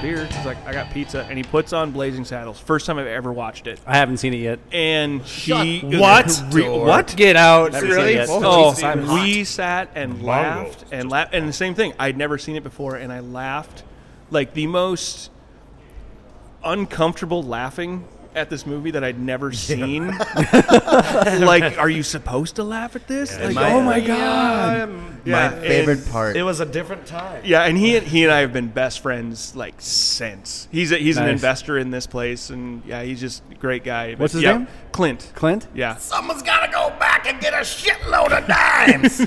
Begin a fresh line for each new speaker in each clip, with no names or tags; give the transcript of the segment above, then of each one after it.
beer. He's like, I got pizza, and he puts on Blazing Saddles. First time I've ever watched it,
I haven't seen it yet.
and she
What?
Re- what?
Get out!
Never seen Really? it yet.
Oh,
Jesus, I'm hot.
we sat and laughed and laughed, and the same thing. I'd never seen it before, and I laughed like the most uncomfortable laughing at this movie that I'd never seen. like, are you supposed to laugh at this? Like,
my-
oh my
yeah.
god!
My
it-
favorite part.
It was a different time.
Yeah, and he he and I have been best friends like since. He's a, he's an
Nice.
investor in this place, and yeah, he's just a great guy. But
What's his
yeah,
name?
Clint.
Clint.
Yeah,
Someone's gotta go back and get a shitload of dimes.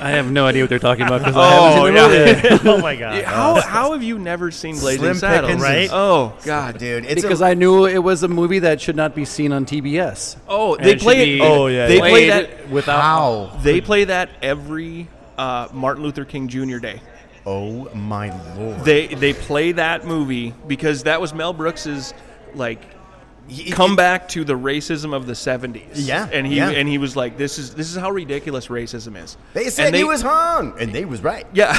I have no idea what they're talking about. 'cause I haven't
Oh,
seen the
yeah.
movie.
oh my god.
How, how have you never seen Blazing
Slim
Saddles?
pickings.
Right?
Oh God.
God, dude, it's
Because
a,
I knew it was a movie that should not be seen on TBS.
Oh,
And
they
should
play it.
be
Oh yeah. They play
played
that.
without.
how.
They play that every uh, Martin Luther King Jr. Day.
Oh my lord!
They they play that movie because that was Mel Brooks's like
It-
comeback to the racism of the 70s.
Yeah,
And he
yeah.
and he was like this is this is how ridiculous racism is.
They
And
said he was hung, and they was right.
Yeah.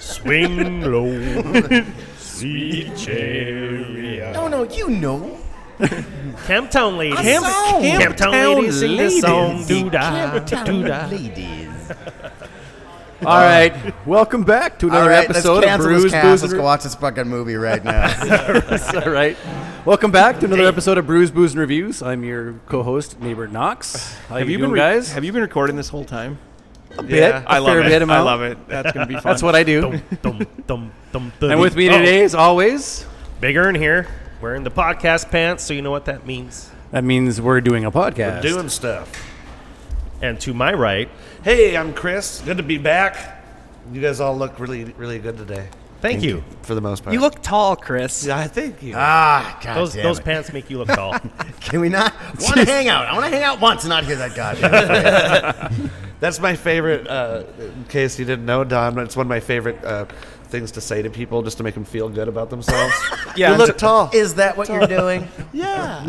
Swing low, sweet chariot.
No, no, you know.
Camptown ladies.
Camp-
Camptown
Camptown
ladies sing this
ladies.
song. Doo da, doo da.
Ladies.
All right, welcome back to
All
another
right, let's
episode of
cancel
Brews,
this cast.
Booze,
Let's
and
go
Ru-
watch this fucking movie right now.
All right, welcome back to another episode of Brews, Booze, and Reviews. I'm your co-host, neighbor Knox. How
have
you,
you
doing,
been re-
guys?
Have you been recording this whole time? A
bit, a
I love
fair
it.
bit
I
amount.
love it. That's gonna be fun.
That's what I do.
Dum, dum, dum, dum,
And with me
Oh,
today, as always,
Big Earn here, wearing the podcast pants, so you know what that means.
that means we're doing a podcast.
doing stuff.
And to my right,
Hey, I'm Chris. Good to be back. You guys all look really, really good today,
thank, you.
for the most part.
You look tall, Chris.
Yeah, I thank you.
ah, god
Those
damn
those
it.
pants make you look tall.
Can we not? Want to hang out? I want to hang out once and not hear that goddamn.
That's my favorite. Uh, in case you didn't know, Don, that's one of my favorite uh, things to say to people, just to make them feel good about themselves.
Yeah,
you look tall.
Is that what you're doing?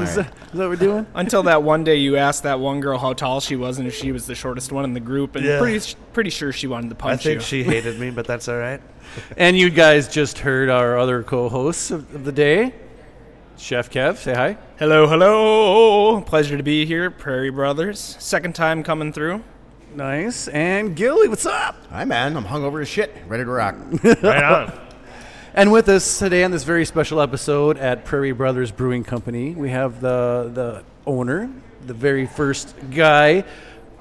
Is that what we're doing?
Until that one day you asked that one girl how tall she was and if she was the shortest one in the group, and
Yeah.
pretty pretty sure she wanted to
I
punch
think
you.
she hated me, but that's all right.
And you guys just heard our other co-hosts of, of the day, Chef Kev. Say hi.
hello, hello. Pleasure to be here, Prairie Brothers. Second time coming through.
Nice. And Gilly, what's up?
Hi, man. I'm hungover as shit. Ready to rock.
right on.
And with us today on this very special episode at Prairie Brothers Brewing Company, we have the the owner, the very first guy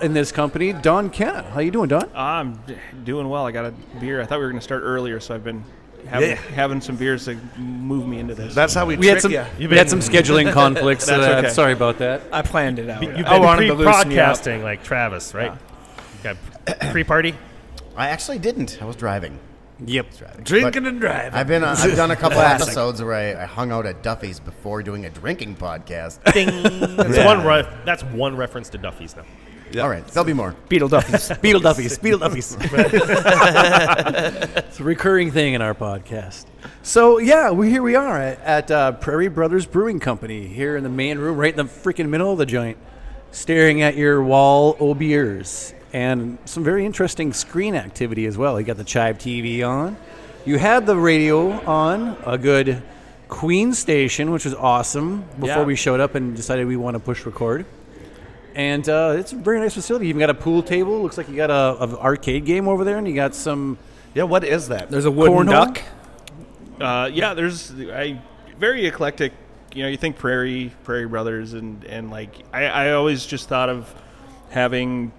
in this company, Don Kenna. How you doing, Don?
I'm d- doing well. I got a beer. I thought we were going to start earlier, so I've been having,
Yeah.
having some beers to move me into this.
That's how we,
We had
trick
some
you.
we had some scheduling conflicts. so that- I'm sorry about that.
I planned it out.
You've
I
been
wanted to loosen you up.
pre-podcasting like Travis, right? Got pre-party.
I actually didn't. I was driving.
Yep.
Drinking
But
and driving.
I've been. I've done a couple episodes where I, I hung out at Duffy's before doing a drinking podcast.
Ding. That's one re- That's one reference to Duffy's now.
All right, there'll be more.
Beetle Duffy's.
Beetle Duffies. Beetle Duffies. it's a recurring thing in our podcast. So yeah, we here we are at, at uh, Prairie Brothers Brewing Company here in the main room, right in the freaking middle of the joint, staring at your wall au beers and some very interesting screen activity as well. You got the Chive TV on. You had the radio on a good Queen station, which was awesome. Before
Yeah.
we showed up and decided we want to push record. And uh, it's a very nice facility. You even got a pool table. Looks like you got a, a arcade game over there, and you got some
yeah, what is that?
There's a wooden
Cornhole?
duck.
uh, yeah, there's I very eclectic. You know, you think Prairie Prairie Brothers, and and like I, I always just thought of having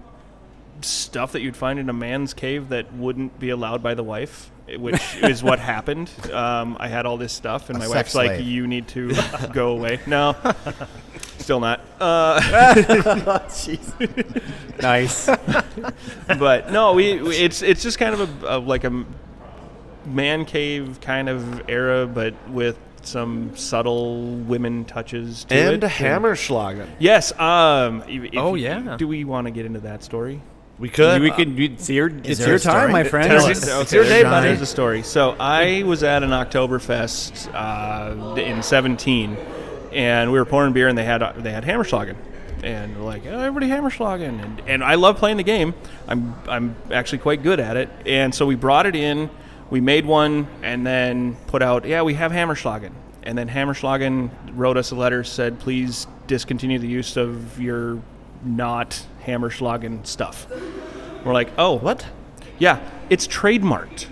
stuff that you'd find in a man's cave that wouldn't be allowed by the wife, eh, which is what happened. Um, I had all this stuff, and my wife's
sex
like,
slave.
"You need to go away." No, still not. Uh,
nice.
but no, we, we- it's it's just kind of a, a like a m- man cave kind of era, but with some subtle women touches to
and
it.
Hammerschlagen.
Yes. Um. if- if
Oh,
you-
yeah.
Do we want to get into that story?
We could. uh,
we can. you- It's your, it's
there
your
a story?
time, my
Tell
friend.
us.
There's a-
It's your day,
there's-
buddy.
There's a story. So I was at an Oktoberfest uh, in 17, and we were pouring beer, and they had they had Hammerschlagen, and like "Oh, everybody hammerschlagen, and, and I love playing the game. I'm I'm actually quite good at it, and so we brought it in, we made one, and then put out. Yeah, we have hammerschlagen, and then hammerschlagen wrote us a letter said please discontinue the use of your not hammerschlagen stuff. We're like, oh, what? Yeah, it's trademarked.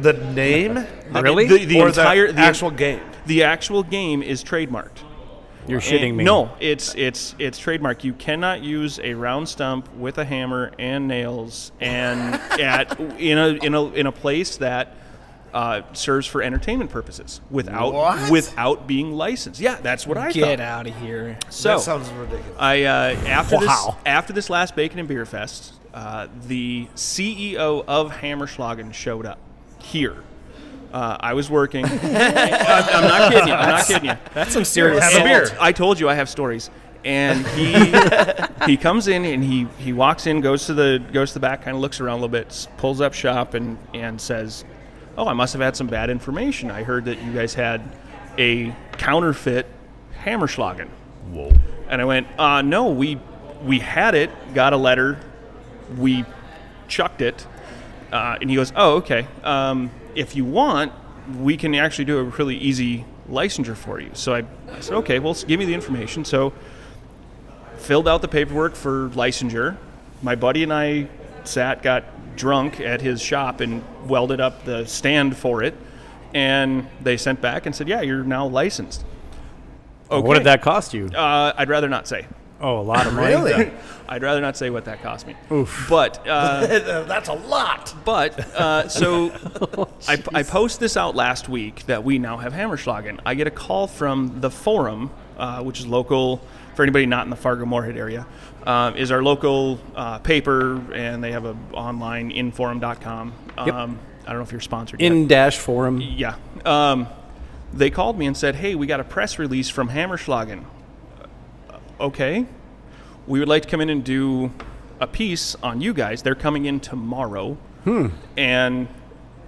The name,
Really? The- the
or
entire-
the,
the-
actual game.
The actual game is trademarked.
You're
And-
shitting me.
No, it's it's it's trademark. You cannot use a round stump with a hammer and nails and at in a in a in a place that uh, serves for entertainment purposes without
What?
without being licensed. Yeah, that's what I
Get
thought.
out of here.
So
that sounds ridiculous.
I uh, after
Wow.
this after this last bacon and beer fest, uh, the CEO of Hammerschlagen showed up here. Uh, I was working. I'm, I'm not kidding you. I'm not kidding you.
That's some serious
And
salt.
I told you I have stories. And he he comes in and he he walks in, goes to the goes to the back, kind of looks around a little bit, s- pulls up shop, and and says, "Oh, I must have had some bad information. I heard that you guys had a counterfeit Hammerschlagen." Whoa! And I went, uh, "No, we we had it. Got a letter. We chucked it." Uh, and he goes, "Oh, okay. Um, if you want, we can actually do a really easy licensure for you." So I, I said, "Okay, well, s- give me the information." So filled out the paperwork for licensure. My buddy and I sat, got drunk at his shop, and welded up the stand for it. And they sent back and said, "Yeah, you're now licensed." Okay.
What did that cost you?
Uh, I'd rather not say.
oh, a lot of money.
Really?
I'd rather not say what that cost me. Oof. But uh,
That's a lot.
But uh, so I, I post this out last week that we now have Hammerschlagen. I get a call from the forum, uh, which is local for anybody not in the Fargo Moorhead area, um, is our local uh, paper, and they have a online inforum.com. Um, I don't know if you're sponsored. yet.
In dash forum.
Yeah. Um, they called me and said, hey, we got a press release from Hammerschlagen. Uh, Okay. We would like to come in and do a piece on you guys. They're coming in tomorrow. And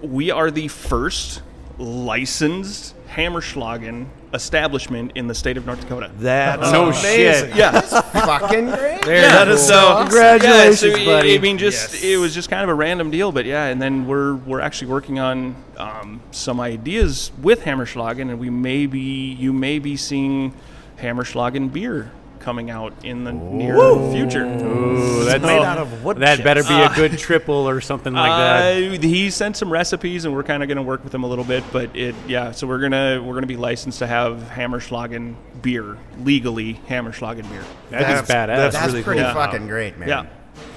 we are the first licensed Hammerschlagen establishment in the state of North Dakota.
That's
No
amazing.
shit.
yeah.
Fucking great.
There,
Yeah,
that is
so-
so. Congratulations,
yeah, so, I-
buddy.
I mean, just it was just kind of a random deal, but yeah. And then we're we're actually working on um, some ideas with Hammerschlagen, and we may be you may be seeing Hammerschlagen beer coming out in the near future.
Ooh, that's
made out of wood
That
chips.
better be a good triple or something like that.
Uh, he sent some recipes, and we're kind of going to work with him a little bit. But it, yeah, so we're gonna we're gonna be licensed to have Hammerschlagen beer legally, Hammerschlagen beer.
That is badass.
that's
That's
really
pretty
cool.
fucking great, man.
Yeah.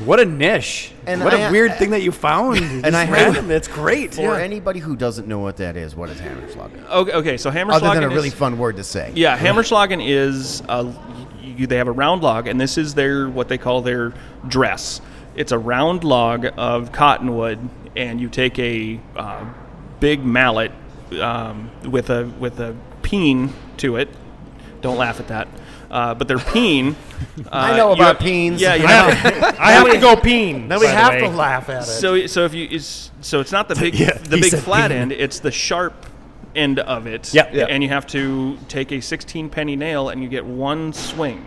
What a niche.
And
what a
I-
weird thing that you found. and
I have-
random. That's great.
For anybody who doesn't know what that is, what is Hammerschlagen?
Okay, okay. So Hammerschlagen
Other than a
is-
really fun word to say.
Yeah, Hammerschlagen is uh, you, they have a round log, and this is their what they call their dress. It's a round log of cottonwood, and you take a uh, big mallet um, with a with a peen to it. Don't laugh at that. Uh, but their peen. Uh,
I know
you
about
have-
peens.
Yeah, you
I
have-
I have to go peen.
Now we
by the
have
way.
to laugh at it.
so so if you it's, so it's not the big
Yeah,
the
he
big
said
flat
peen.
end it's the sharp end of it
Yeah, yeah.
and you have to take a 16 penny nail and you get one swing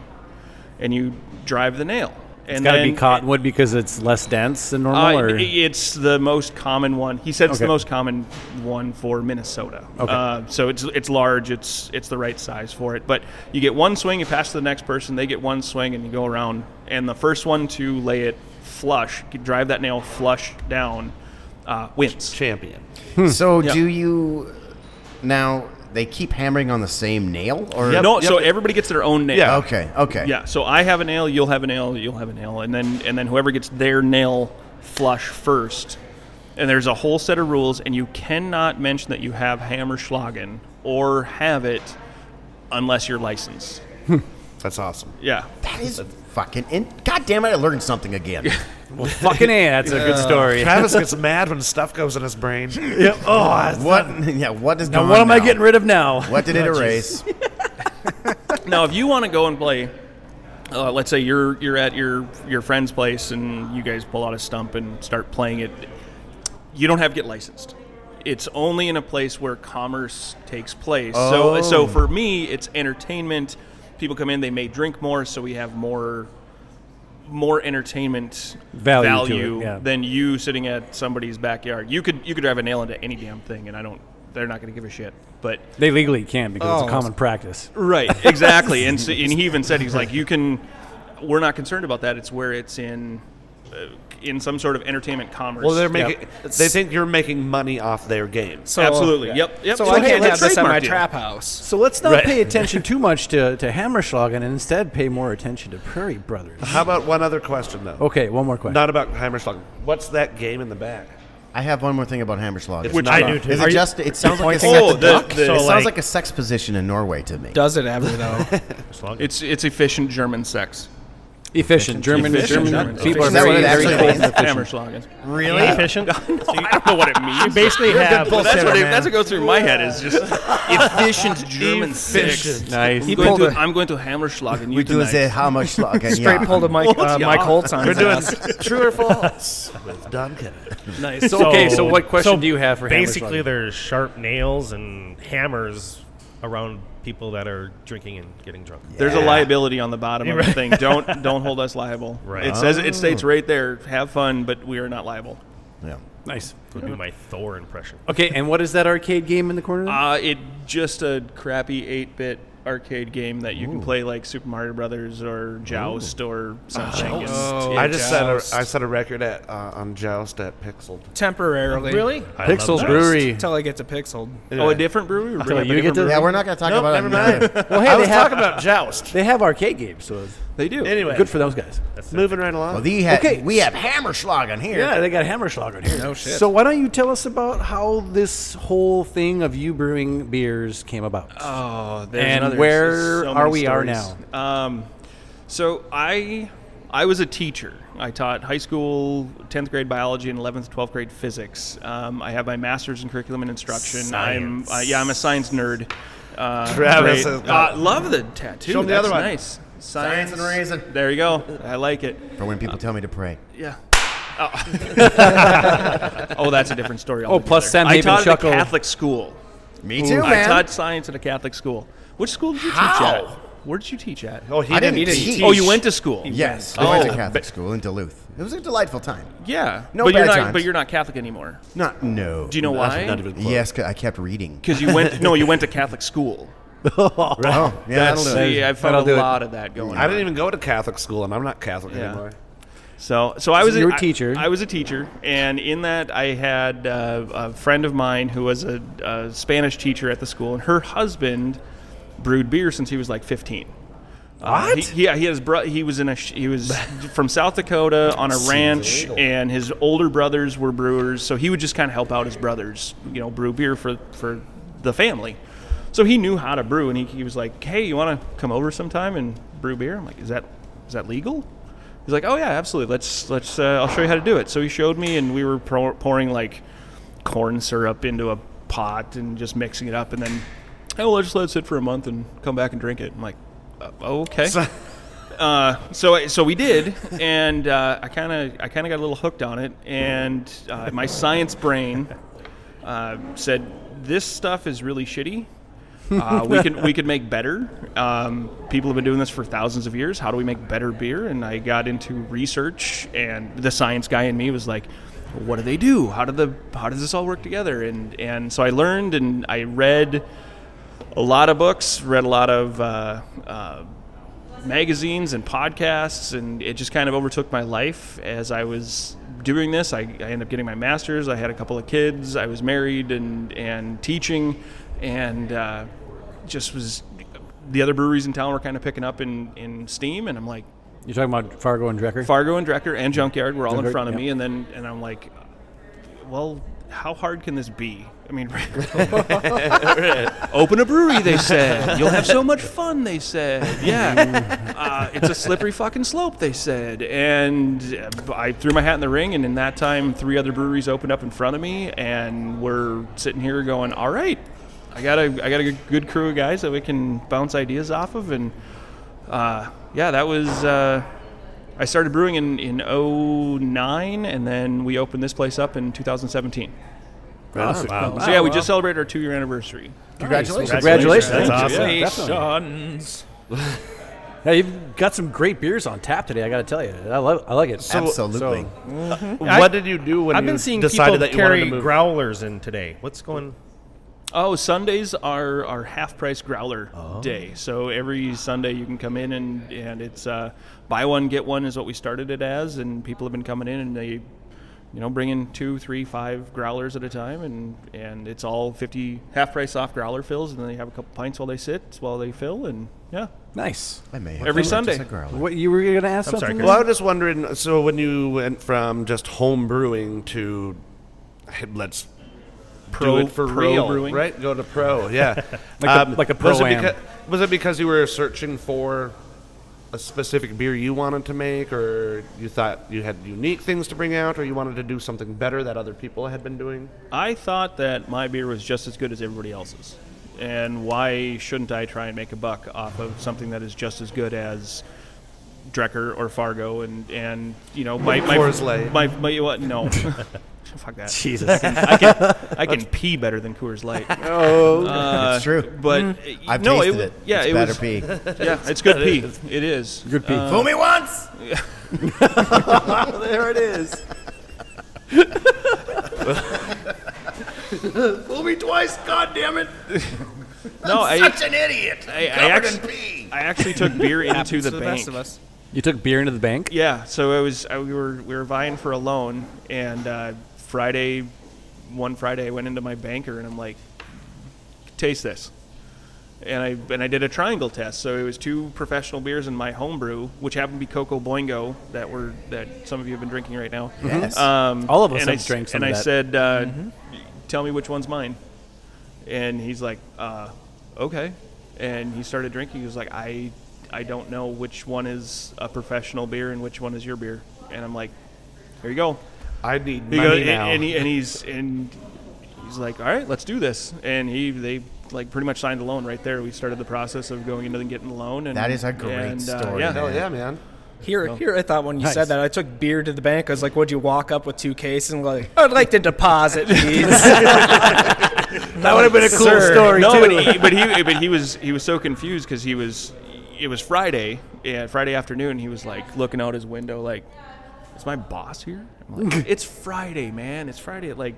and you drive the nail and
It's got to
then
be cottonwood because it's less dense than normal.
uh,
or?
i- it's the most common one. He said it's the
Okay.
most common one for Minnesota.
Okay.
Uh, so it's it's large. It's it's the right size for it. But you get one swing, you pass to the next person. They get one swing, and you go around. And the first one to lay it flush, you drive that nail flush down, uh, wins.
champion.
So
Hmm.
do you now? They keep hammering on the same nail, or
No, so everybody gets their own nail.
Yeah.
Okay, okay.
Yeah. So I have a nail. You'll have a nail. You'll have a nail. And then and then whoever gets their nail flush first. And there's a whole set of rules, and you cannot mention that you have Hammerschlagen or have it unless you're licensed.
That's awesome.
Yeah.
That is fucking. In- God damn it! I learned something again.
Fucking A, that's a good story.
Travis gets mad when stuff goes in his brain.
what? Yeah. What is
Now,
gone
what am I
now?
getting rid of now?
What did it erase?
Now, if you want to go and play, uh, let's say you're you're at your your friend's place, and you guys pull out a stump and start playing it, you don't have to get licensed. It's only
Oh.
in a place where commerce takes place. So, so for me, it's entertainment. people come in, they may drink more, so we have more more entertainment
Value to
value
it, yeah.
than you sitting at somebody's backyard. You could you could drive a nail into any damn thing, and I don't. They're not going to give a shit. But
They legally can because
Oh.
it's a common practice.
Right, exactly. and, so, and he even said he's like, you can. We're not concerned about that. It's where it's in, uh, in some sort of entertainment commerce.
Well, they're making. They think you're making money off their games.
So,
Absolutely. Yep, yep.
So
So
I
hey,
can't
they
have this at my
trademarked you.
trap house.
So let's not
Right.
pay attention too much to, to Hammerschlagen and instead pay more attention to Prairie Brothers.
How about one other question though?
Okay, one more question.
Not about Hammerschlag. What's that game in the back?
I have one more thing about Hammerslag.
Which I do, too.
Is
Are
it
you-
just? It sounds like a
pointing
sex,
at the Oh, duck? the- the-
it sounds
like-
like, a sex position in Norway to me.
Does it ever though?
It's it's efficient German sex.
efficient. German,
Efficient
German,
German.
people are
Is that
very,
what it
very
actually
cold.
means? Efficient.
Hammerschlagen.
Really?
Efficient.
I don't know what it means.
Basically, have
Well, that's what it, that's what goes through my head is just efficient German sex.
Nice.
I'm going,
pulled
to,
a-
I'm going to Hammerschlagen you
We do
tonight.
say how much slag and
Straight
yeah.
pulled a Mike
Well,
uh,
yeah.
Mike Holtz on
We're
his
doing
ass.
true or false with Duncan.
nice.
So, okay, so what question do you have for
Basically,
Hammerschlagen?
there's sharp nails and hammers around people that are drinking and getting drunk.
There's a liability on the bottom of the thing. Don't don't hold us liable.
Right.
It says it states right there. Have fun, but we are not liable.
Yeah.
nice.
Would be my Thor impression.
Okay, and what is that arcade game in the corner? there?
Uh, it just a crappy eight bit arcade game that you can play like Super Mario Brothers or Joust or something. It's-
Oh, I just set a I set a record at uh, on Joust at Pixel.
Temporarily. Really?
I love
Pixels
that.
Brewery.
Until I get to Pixeled.
oh, a different brewery. We're bringing
you
up a
get
different
Yeah, we're not going to talk
Nope,
about
never
it.
mind.
Well, hey,
I
they
was
have-
talking about Joust.
They have arcade games, so it's
brewery. They do.
Anyway,
good for those guys.
moving right along.
Well, the ha-
Okay.
we have Hammerschlag on here.
Yeah, they got Hammerschlager here.
No shit.
So why don't you tell us about how this whole thing of you brewing beers came about?
Oh, there's
And
another-
where
there's so
are
many
we are
stories. Um, so I I was a teacher. I taught high school, tenth grade biology, and eleventh, twelfth grade physics. Um, I have my master's in curriculum and instruction.
Science.
I'm uh, yeah, I'm a science nerd. Uh,
Travis
great.
has got-
Uh, love the tattoo.
Show 'em the
That's
other one.
Nice
Science and reason.
There you go. I like it.
For when people tell me to pray.
Yeah. Oh, Oh, that's a different story.
Oh, plus
altogether.
Sam
I
Haven
taught at a
Shuckle.
Catholic school.
Me too,
I
man.
taught science at a Catholic school. Which school did you teach at?
How?
Where did you teach at?
oh, he
I
didn't.
didn't teach.
Oh, you went to school.
Yes,
Oh,
I went to Catholic
but-
school in Duluth. It was a delightful time.
yeah.
No
but you're
bad
not.
times.
But you're not Catholic anymore.
Not no.
Do you know why?
Not even close.
Yes, 'cause I kept reading.
Because you went. no, you went to Catholic school.
Oh, yeah,
That's-
that'll do it.
See, I
That'll
found a
do it.
lot of that going.
I
on.
didn't even go to Catholic school, and I'm not Catholic
Yeah.
anymore.
So, so I was
you were a
I-
teacher.
I, was a teacher, and in that I had uh, a friend of mine who was a, a Spanish teacher at the school, and her husband brewed beer since he was like 15. Uh,
What?
he, yeah, he has. Bro- he was in a. Sh- he was from South Dakota on a ranch, and his older brothers were brewers, so he would just kind of help out his brothers, you know, brew beer for for the family. So he knew how to brew, and he, he was like, "Hey, you want to come over sometime and brew beer?" I'm like, "Is that is that legal?" He's like, "Oh yeah, absolutely. Let's let's. Uh, I'll show you how to do it." So he showed me, and we were pour- pouring like corn syrup into a pot and just mixing it up, and then, oh, let's just let it sit for a month and come back and drink it. I'm like, uh, okay. Uh, so I- so we did, and uh, I kind of I kind of got a little hooked on it, and uh, my science brain uh, said this stuff is really shitty. Uh, we could we could make better. Um, people have been doing this for thousands of years. How do we make better beer? And I got into research, and the science guy in me was like, "What do they do? How do the how does this all work together?" And and so I learned, and I read a lot of books, read a lot of uh, uh, magazines and podcasts, and it just kind of overtook my life as I was doing this. I, I ended up getting my master's. I had a couple of kids. I was married and and teaching, and uh, just was. The other breweries in town were kind of picking up in in steam, and I'm like,
You're talking about Fargo and Drecker?
Fargo and Drecker and Junkyard were all in
Junkyard,
front of me,
yeah.
and then and I'm like, well, how hard can this be? I mean, open a brewery, they said. You'll have so much fun, they said. Yeah, uh, it's a slippery fucking slope, they said. And uh, I threw my hat in the ring, and in that time, three other breweries opened up in front of me, and we're sitting here going, all right. I got a I got a good crew of guys that we can bounce ideas off of, and uh, yeah, that was uh, I started brewing in, in 09, and then we opened this place up in 2017.
Awesome. Wow.
So, yeah, we just celebrated our two year anniversary.
Congratulations.
Congratulations.
That's
Thank you.
awesome.
Yeah, definitely.
Sons.
Hey, you've got some great beers on tap today. I got to tell you, I love, I like it.
Absolutely.
so-
what did you do when
I've
you
been seeing people
decided that you wanted to
carry
move?
growlers in today. What's going?
Oh, Sundays are our half price growler day. So every Sunday you can come in and and it's uh, buy one get one is what we started it as, and people have been coming in and they, you know, bring in two, three, five growlers at a time, and and it's all fifty half price off growler fills, and then they have a couple pints while they sit while they fill, and yeah,
nice.
I may have
Every
purchased a
Sunday.
growler.
What you were going to ask?
I'm sorry,
something?
Chris.
Well, I was just wondering. So when you went from just home brewing to hey, let's
Pro-
do it for
pro
real,
brewing?
right? Go to pro, yeah, Um,
Like a- like a
Was it,
pro-am.
becau- was it because you were searching for a specific beer you wanted to make, or you thought you had unique things to bring out, or you wanted to do something better that other people had been doing?
I thought that my beer was just as good as everybody else's. And why shouldn't I try and make a buck off of something that is just as good as Drecker or Fargo and, and you know my my
Coors Light.
my, my what no fuck that
Jesus.
I can I can pee better than Coors Light
it's true.
but uh,
I've
no
tasted
wa-
it.
yeah
it's
it
better
was
pee.
yeah it's good pee it is
Good pee.
Fool me once.
there it is.
Fool me twice, goddammit.
no Oh, I
Such an idiot.
I, I
Covered in
actually
pee.
I actually took beer into the,
to the
bank
best of us.
You took beer into the bank.
Yeah, so it was I, we were we were vying for a loan, and uh, Friday, one Friday, I went into my banker and I'm like, "Taste this," and I and I did a triangle test. So it was two professional beers and my homebrew, which happened to be Coco Boingo that were that some of you have been drinking right now.
Yes.
Um,
All of us
and I
have
s-
drank some
And
of
I
that. Mm-hmm.
said, uh, "Tell me which one's mine," and he's like, uh, "Okay," and he started drinking. He was like, "I, I don't know which one is a professional beer and which one is your beer," and I'm like, "Here you go."
I need
He
money
goes, and,
now.
and, he, and he's and he's like, "All right, let's do this," and he they. Like pretty much signed a loan right there. We started the process of going into and getting the loan, and
That is a great
and, uh,
story,
yeah,
man.
Hell yeah, man!
Here, here, I thought when you
Nice.
said that, I took beer to the bank. I was like, "Would you walk up with two cases?" And like, "I'd like to deposit these."
That would have been a cool story
no, but he, but he, but he was, he was so confused because he was, it was Friday, yeah, Friday afternoon. He was like looking out his window, like, "Is my boss here?" I'm like, "It's Friday, man. It's Friday at like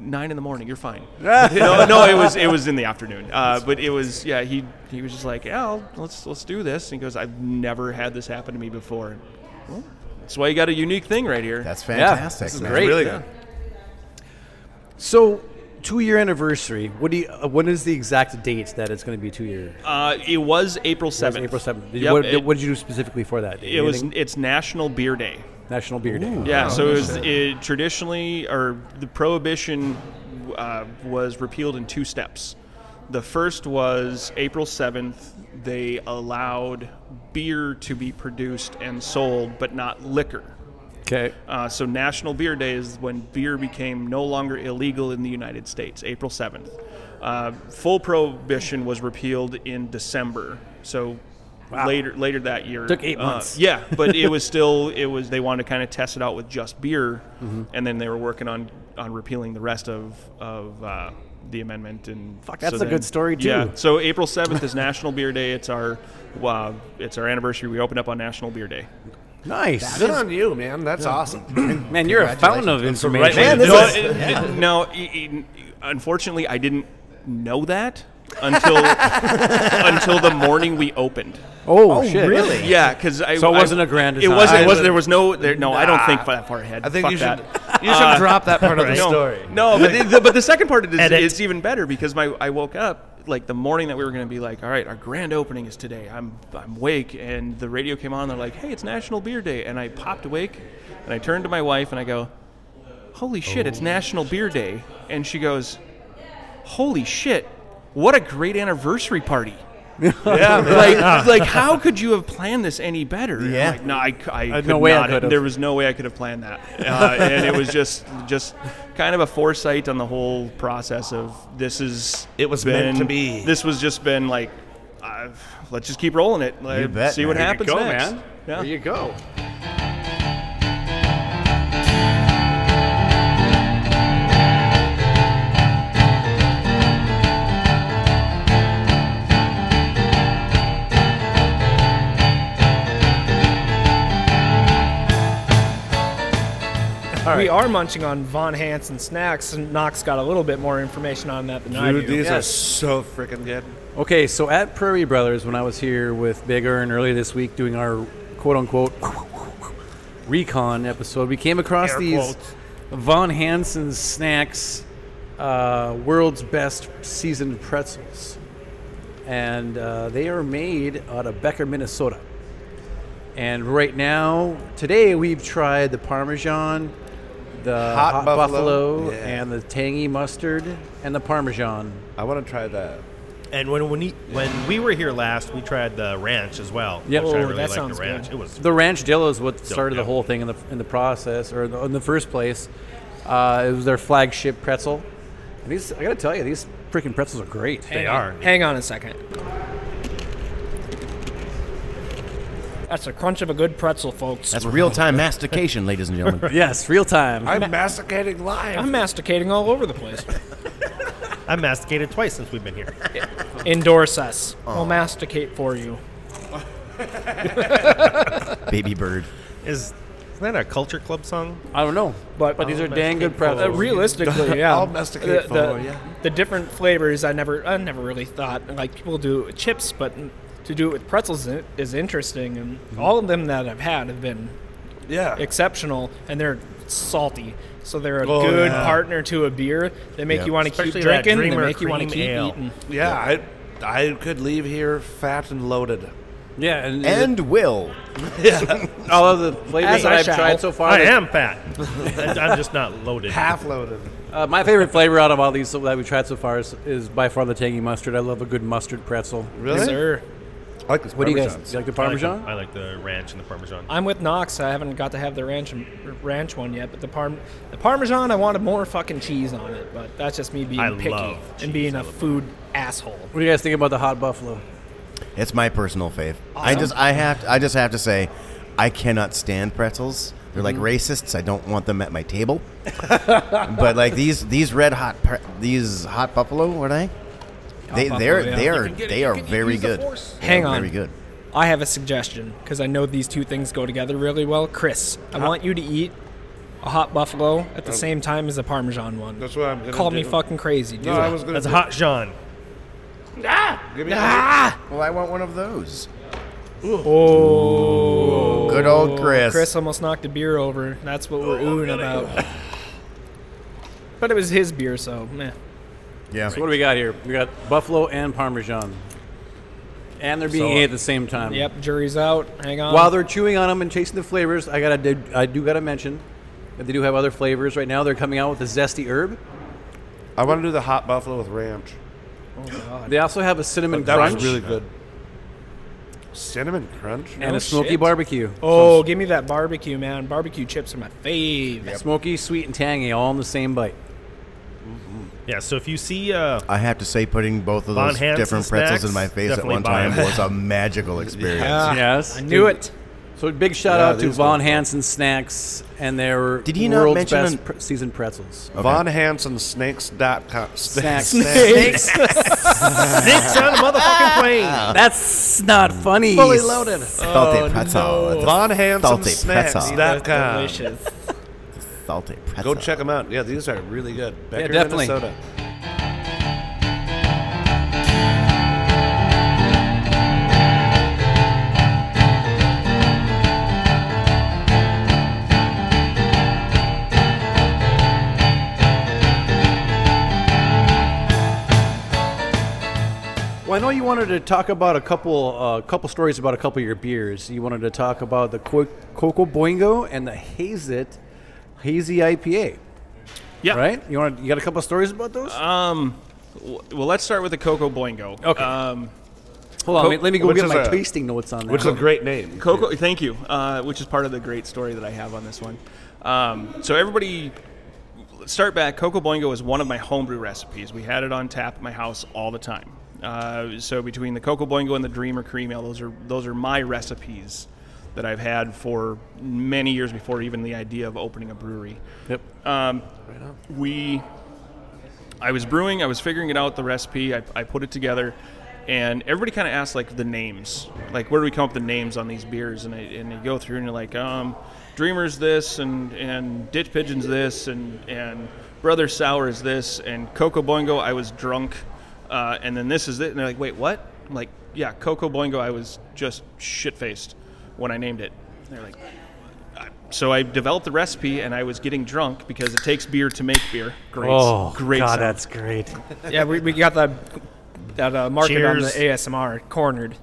nine in the morning. You're fine." no, no, it was, it was in the afternoon. Uh, but it was, yeah. He, he was just like, "Yeah, I'll- let's, let's do this." And he goes, "I've never had this happen to me before." Well, that's why you got a unique thing right here.
That's
Yeah,
fantastic.
this is
man.
great.
Really good.
So, two-year anniversary. What do you? Uh, when is the exact date that it's going to be two-year?
uh, it was April seventh.
April seventh.
Yep,
what,
it,
what did you do specifically for that? day?
it was.
Anything?
It's National Beer Day.
National Beer Day.
Yeah, so it was it, traditionally, or the prohibition uh, was repealed in two steps. The first was April 7th, they allowed beer to be produced and sold, but not liquor.
Okay.
Uh, so National Beer Day is when beer became no longer illegal in the United States, April 7th. Uh, full prohibition was repealed in December. So later later that year.
Took eight
Uh,
months.
yeah, but it was still it was they wanted to kind of test it out with just beer
Mm-hmm.
and then they were working on on repealing the rest of of uh, the amendment and fuck
that's a good story, too.
Yeah. So April 7th is National Beer Day. It's our uh, it's our anniversary. We opened up on National Beer Day.
Nice.
Good on you, man. That's awesome.
Man, you're a fountain of information.
man,
no,
this
it- it- no, i- i- unfortunately, I didn't know that until until the morning we opened.
oh, shit.
Really?
Yeah, because I
So it
I-
wasn't a grand
It
design.
wasn't.
I
It wasn't.
would-
There was no. There, no, I don't think that far ahead.
I think
Fuck
you should
that.
you should
Uh,
drop that part of the
no,
story.
No, but the, but the second part is
Edit.
it's even better because my I woke up like the morning that we were going to be like, all right, our grand opening is today. I'm I'm awake, and the radio came on. They're like, hey, it's National Beer Day, and I popped awake, and I turned to my wife and I go, holy shit, it's National Beer Day, and she goes, holy shit, what a great anniversary party. yeah, like, like, how could you have planned this any better? And I'm
Yeah.
like, no, I, c- I
Uh,
could
no way I
not-
could have.
There was no way I could have planned that, uh, and it was just just kind of a foresight on the whole process of this is
It was
been-
meant to be.
This was just been like, uh, let's just keep rolling it. Like,
bet,
see what
man.
happens
go,
next.
man.
Yeah.
There you go.
We are munching on Von Hansen snacks, and Knox got a little bit more information on that than I do.
Dude, these are
Yes.
so freaking good.
Okay, so at Prairie Brothers, when I was here with Big Earn earlier this week doing our quote unquote recon episode, we came across
Air
these
quotes.
Von Hansen snacks, uh, world's best seasoned pretzels. And uh, they are made out of Becker, Minnesota. And right now, today, we've tried the Parmesan, the
Hot
hot,
buffalo.
buffalo,
Yeah.
and the tangy mustard, and the Parmesan.
I want to try that.
And when when, he, when we were here last, we tried the ranch as well.
Yep.
which I
Oh,
really
that
liked
sounds
the ranch.
good.
It was
The ranch dill is what started
yeah.
the whole thing in the in the process, or the, in the first place. Uh, it was their flagship pretzel. And these, I gotta tell you, these freaking pretzels are great.
they
Hang on-
are.
Hang on a second. That's a crunch of a good pretzel, folks.
That's real time mastication, ladies and gentlemen.
Yes, real time.
I'm masticating live.
I'm masticating all over the place.
I masticated twice since we've been here.
Endorse us. We'll masticate for you.
Baby bird.
Is isn't that a culture club song?
I don't know, but but these are dang good pretzels.
Uh, realistically, yeah.
I'll masticate
the, the,
for ya.
the different flavors, I never, I never really thought like people do it with chips, but to do it with pretzels i- is interesting. And all of them that I've had have been
yeah.
exceptional, and they're salty. So they're a
Oh,
good
yeah.
partner to a beer. They make
Yeah.
you want to keep
Especially that
drinking. They
Dreamer
make you want to
cream
keep
ale.
eating.
yeah, I I could leave here fat and loaded.
yeah, and,
And will.
all of the flavors
As
that
I
I've
shall.
tried so far.
I
they-
am fat. I'm just not loaded.
Half loaded.
Uh, my favorite flavor out of all these that we've tried so far is, is by far the tangy mustard. I love a good mustard pretzel.
Really?
Sir,
I like this
What do you guys
Parmesan.
do you like? The
I like the-
Parmesan?
I like the ranch and the parmesan.
I'm with Knox. I haven't got to have the ranch ranch one yet, but the parm the parmesan I wanted more fucking cheese on it. But that's just me being
I
picky
love cheese.
and being
I
a
love
food asshole.
what do you guys think about the hot buffalo?
It's my personal fave. I just I have to, I just have to say, I cannot stand pretzels. They're like racists. I don't want them at my table. but like these these red hot pre- these hot buffalo are they? They
Buffalo,
they're
yeah.
they
You
are they are very good. They
Hang
are
on.
very good.
I have a suggestion because I know these two things go together really well. Chris, I
Uh-huh.
want you to eat a hot buffalo at the same time as a parmesan one.
Uh, That's what I'm gonna
Call me
do.
fucking crazy, dude.
No, I was gonna.
That's
do-
hot Jean.
Give me
Well, I want one of those.
oh,
Good old Chris.
Chris almost knocked a beer over. That's what
Oh,
we're oohing about. but it was his beer, so meh.
Yeah.
So what do we got here? We got buffalo and parmesan, and they're being
So-
ate at the same time.
Yep, jury's out. Hang on.
While they're chewing on them and chasing the flavors, I gotta do, I do gotta mention that they do have other flavors right now. They're coming out with the zesty herb.
I want to do the hot buffalo with ranch.
They also have a cinnamon
Oh, That
crunch
was really good. Cinnamon crunch.
and
Oh,
a smoky
shit.
barbecue.
Oh, give me that barbecue, man. Barbecue chips are my fave.
Smoky, sweet, and tangy, all in the same bite.
Yeah. So if you see, uh,
I have to say, putting both of
Von
those
Hansen
different pretzels in
snacks,
my face at
definitely
one
buy
time
'em.
was a magical experience.
yes,
I knew it.
So big shout
Yeah,
out to
these
Von
look-
Hansen Snacks and their
Did he not
world's
mention
best
an-
pre- seasoned pretzels.
Von Hansen snakes.com.
Snacks.
snakes on a motherfucking plane.
That's not funny.
Fully loaded. Salty pretzel. It's a
Von Hansen
Salty pretzel.
snacks.com.
Delicious.
Salty pretzel.
Go check them out. Yeah, these are really good. Becker,
definitely.
Minnesota.
Well, I know you wanted to talk about a couple, uh, couple stories about a couple of your beers. You wanted to talk about the Co- Coco Boingo and the Haze It Hazy IPA,
Yeah.
right? You want? You got a couple of stories about those?
Uh,
Um, w- well, let's start with the Coco Boingo.
Okay.
Um,
Hold on,
Co-
wait, let me go
which
get
is
my
a-
tasting notes on that.
Which is a great name.
Coco, thank you. Uh, which is part of the great story that I have on this one. Um, so everybody, let's start back. Coco Boingo is one of my homebrew recipes. We had it on tap at my house all the time. Uh, so between the Coco Boingo and the Dreamer Cream Ale, those are those are my recipes that I've had for many years before even the idea of opening a brewery Um,
Yep.
we i was brewing i was figuring it out the recipe i, I put it together and everybody kind of asks like the names, like where do we come up with the names on these beers? And I, and you go through and you're like, um, Dreamers this, and and Ditch Pigeons this, and and Brother Sour is this, and Coco Boingo I was drunk, uh, and then this is it. And they're like, wait, what? I'm like, yeah, Coco Boingo I was just shit faced when I named it. And they're like, "Uh," so I developed the recipe, and I was getting drunk because it takes beer to make beer. Great,
Oh,
great.
God,
sound.
that's great.
Yeah, we, we got that that uh, market on the
Cheers.
ASMR cornered.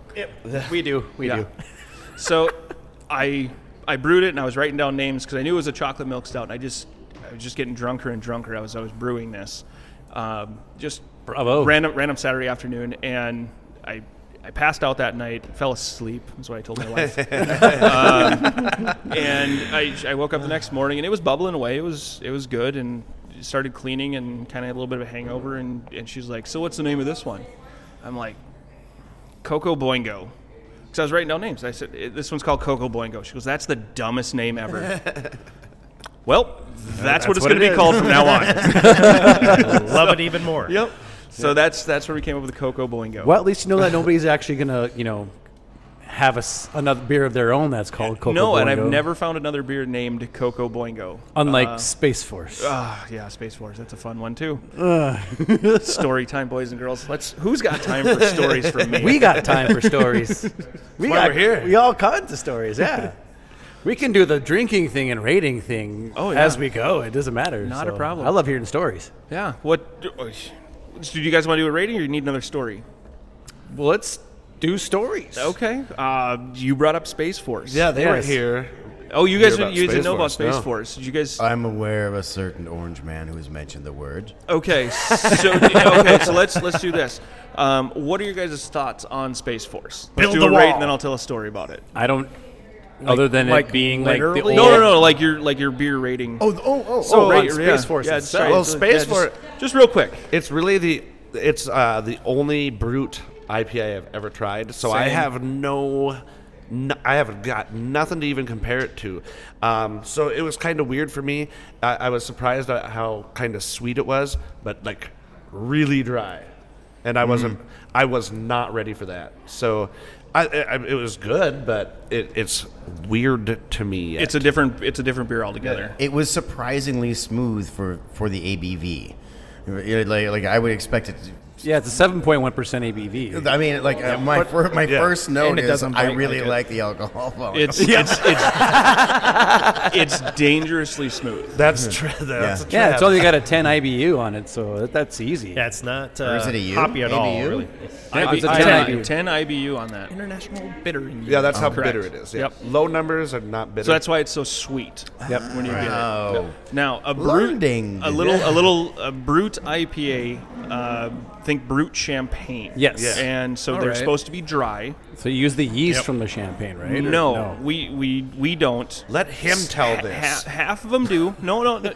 We do. We
Yeah. so I I brewed it and I was writing down names because I knew it was a chocolate milk stout and I just I was just getting drunker and drunker. I was I was brewing this, um, just
Bravo.
random random Saturday afternoon and I. I passed out that night, fell asleep. That's what I told my wife. Um, and I, I woke up the next morning, and it was bubbling away. It was it was good, and started cleaning, and kind of had a little bit of a hangover. And, and she's like, "So what's the name of this one?" I'm like, "Coco Boingo." Because I was writing down names. I said, "Eh, this one's called Coco Boingo. She goes, that's the dumbest name ever. well, that's, what it's
what
going to
it
be
is.
called from now on.
Love it even more.
yep. So that's that's where we came up with the Coco Boingo.
Well, at least you know that nobody's actually gonna, you know, have a s another beer of their own that's called Coco.
no, and I've
Bongo,
never found another beer named Coco Boingo.
Unlike
uh,
Space Force.
Ah, yeah, Space Force. That's a fun one too. Story time, boys and girls. Let's. Who's got time for stories from me?
we got time for stories. we
why
got
we're here.
We all kinds of stories. Yeah. We can do the drinking thing and rating thing
Oh,
as
yeah.
we go. It doesn't matter.
Not a
so
problem.
I love hearing stories.
yeah. What? Do you guys want to do a rating, or you need another story?
Well, let's do stories.
Okay. Uh, you brought up Space Force.
Yeah, they were
Yes.
here.
Oh, you guys,
Hear about
you guys didn't
Space
know about
Force,
Space
no. Uh,
Force. Did you guys?
I'm aware of a certain orange man who has mentioned the word.
Okay. So okay. So let's let's do this. Um, what are your guys' thoughts on Space Force? Let's
Build
do
the
a rate,
wall.
and then I'll tell a story about it.
I don't. other than it
like,
being like the old.
literally?
No, no, no. Like your like your beer rating.
Oh, oh, oh,
So,
right,
yeah,
Space
yeah,
Force
Yeah,
itself.
sorry.
Well,
So,
Space
yeah, just-
Force-
Just real quick.
It's really the it's uh, the only brute IPA I've ever tried, so I
Same.
have no, n I haven't got nothing to even compare it to. Um, so it was kind of weird for me. I, I was surprised at how kind of sweet it was, but like really dry, and I wasn't.
Mm-hmm.
I was not ready for that. So. I, I, I- it was good, but it, it's weird to me. yet.
It's a different it's a different beer altogether.
It was surprisingly smooth for, for the ABV. You know, Like, like I would expect it. To,
Yeah, it's a seven point one percent ABV.
I mean, like uh, my fir- my
yeah.
first note
And it
is
doesn't
I
bite
really
like
like, the alcohol. volume.
It's it's it's, it's dangerously smooth.
that's true. That's a
Yeah,
trap.
it's only got a ten IBU on it, so that, that's easy.
Yeah, it's not uh,
is it a U?
hoppy at all,
ABU?
really.
IB,
it's a
10,
10 IBU.
10 IBU on that.
International bitter.
Yeah, that's how
Correct.
bitter it is. Yeah.
Yep.
Low numbers are not bitter.
So that's why it's so sweet. Yep. When you get it.
Oh.
Now a brute,
Blending.
a little, a little a brute IPA. Uh, think brute champagne.
Yes. Yeah.
And so they're
right.
supposed to be dry.
So you use the yeast from the champagne, right? Or-
No, we we we don't.
Let him tell
Ha-
this.
ha- half of them do. No, no, no.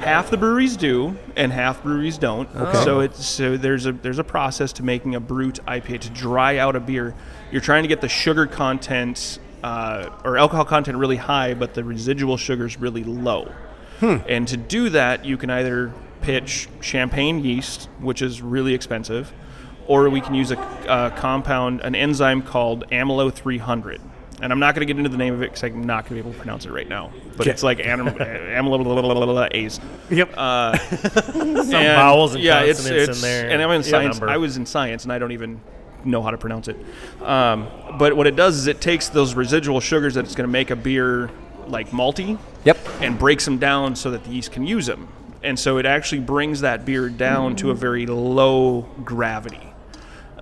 half the breweries do, and half breweries don't. So it's so there's a there's a process to making a brute IPA to dry out a beer. You're trying to get the sugar content uh, or alcohol content really high, but the residual sugar's really low. And to do that, you can either pitch champagne yeast, which is really expensive, or we can use a, a compound, an enzyme called amylo 300. And I'm not going to get into the name of it because I'm not going to be able to pronounce it right now. But it's like anim- amylo blah, blah, blah, blah, blah, A's.
Yep.
Uh,
Some
vowels and consonants in there.
And I'm in
Yeah,
science.
number.
I was in science, and I don't even know how to pronounce it. Um, but what it does is it takes those residual sugars that it's going to make a beer like malty
yep.
and breaks them down so that the yeast can use them. And so it actually brings that beer down to a very low gravity.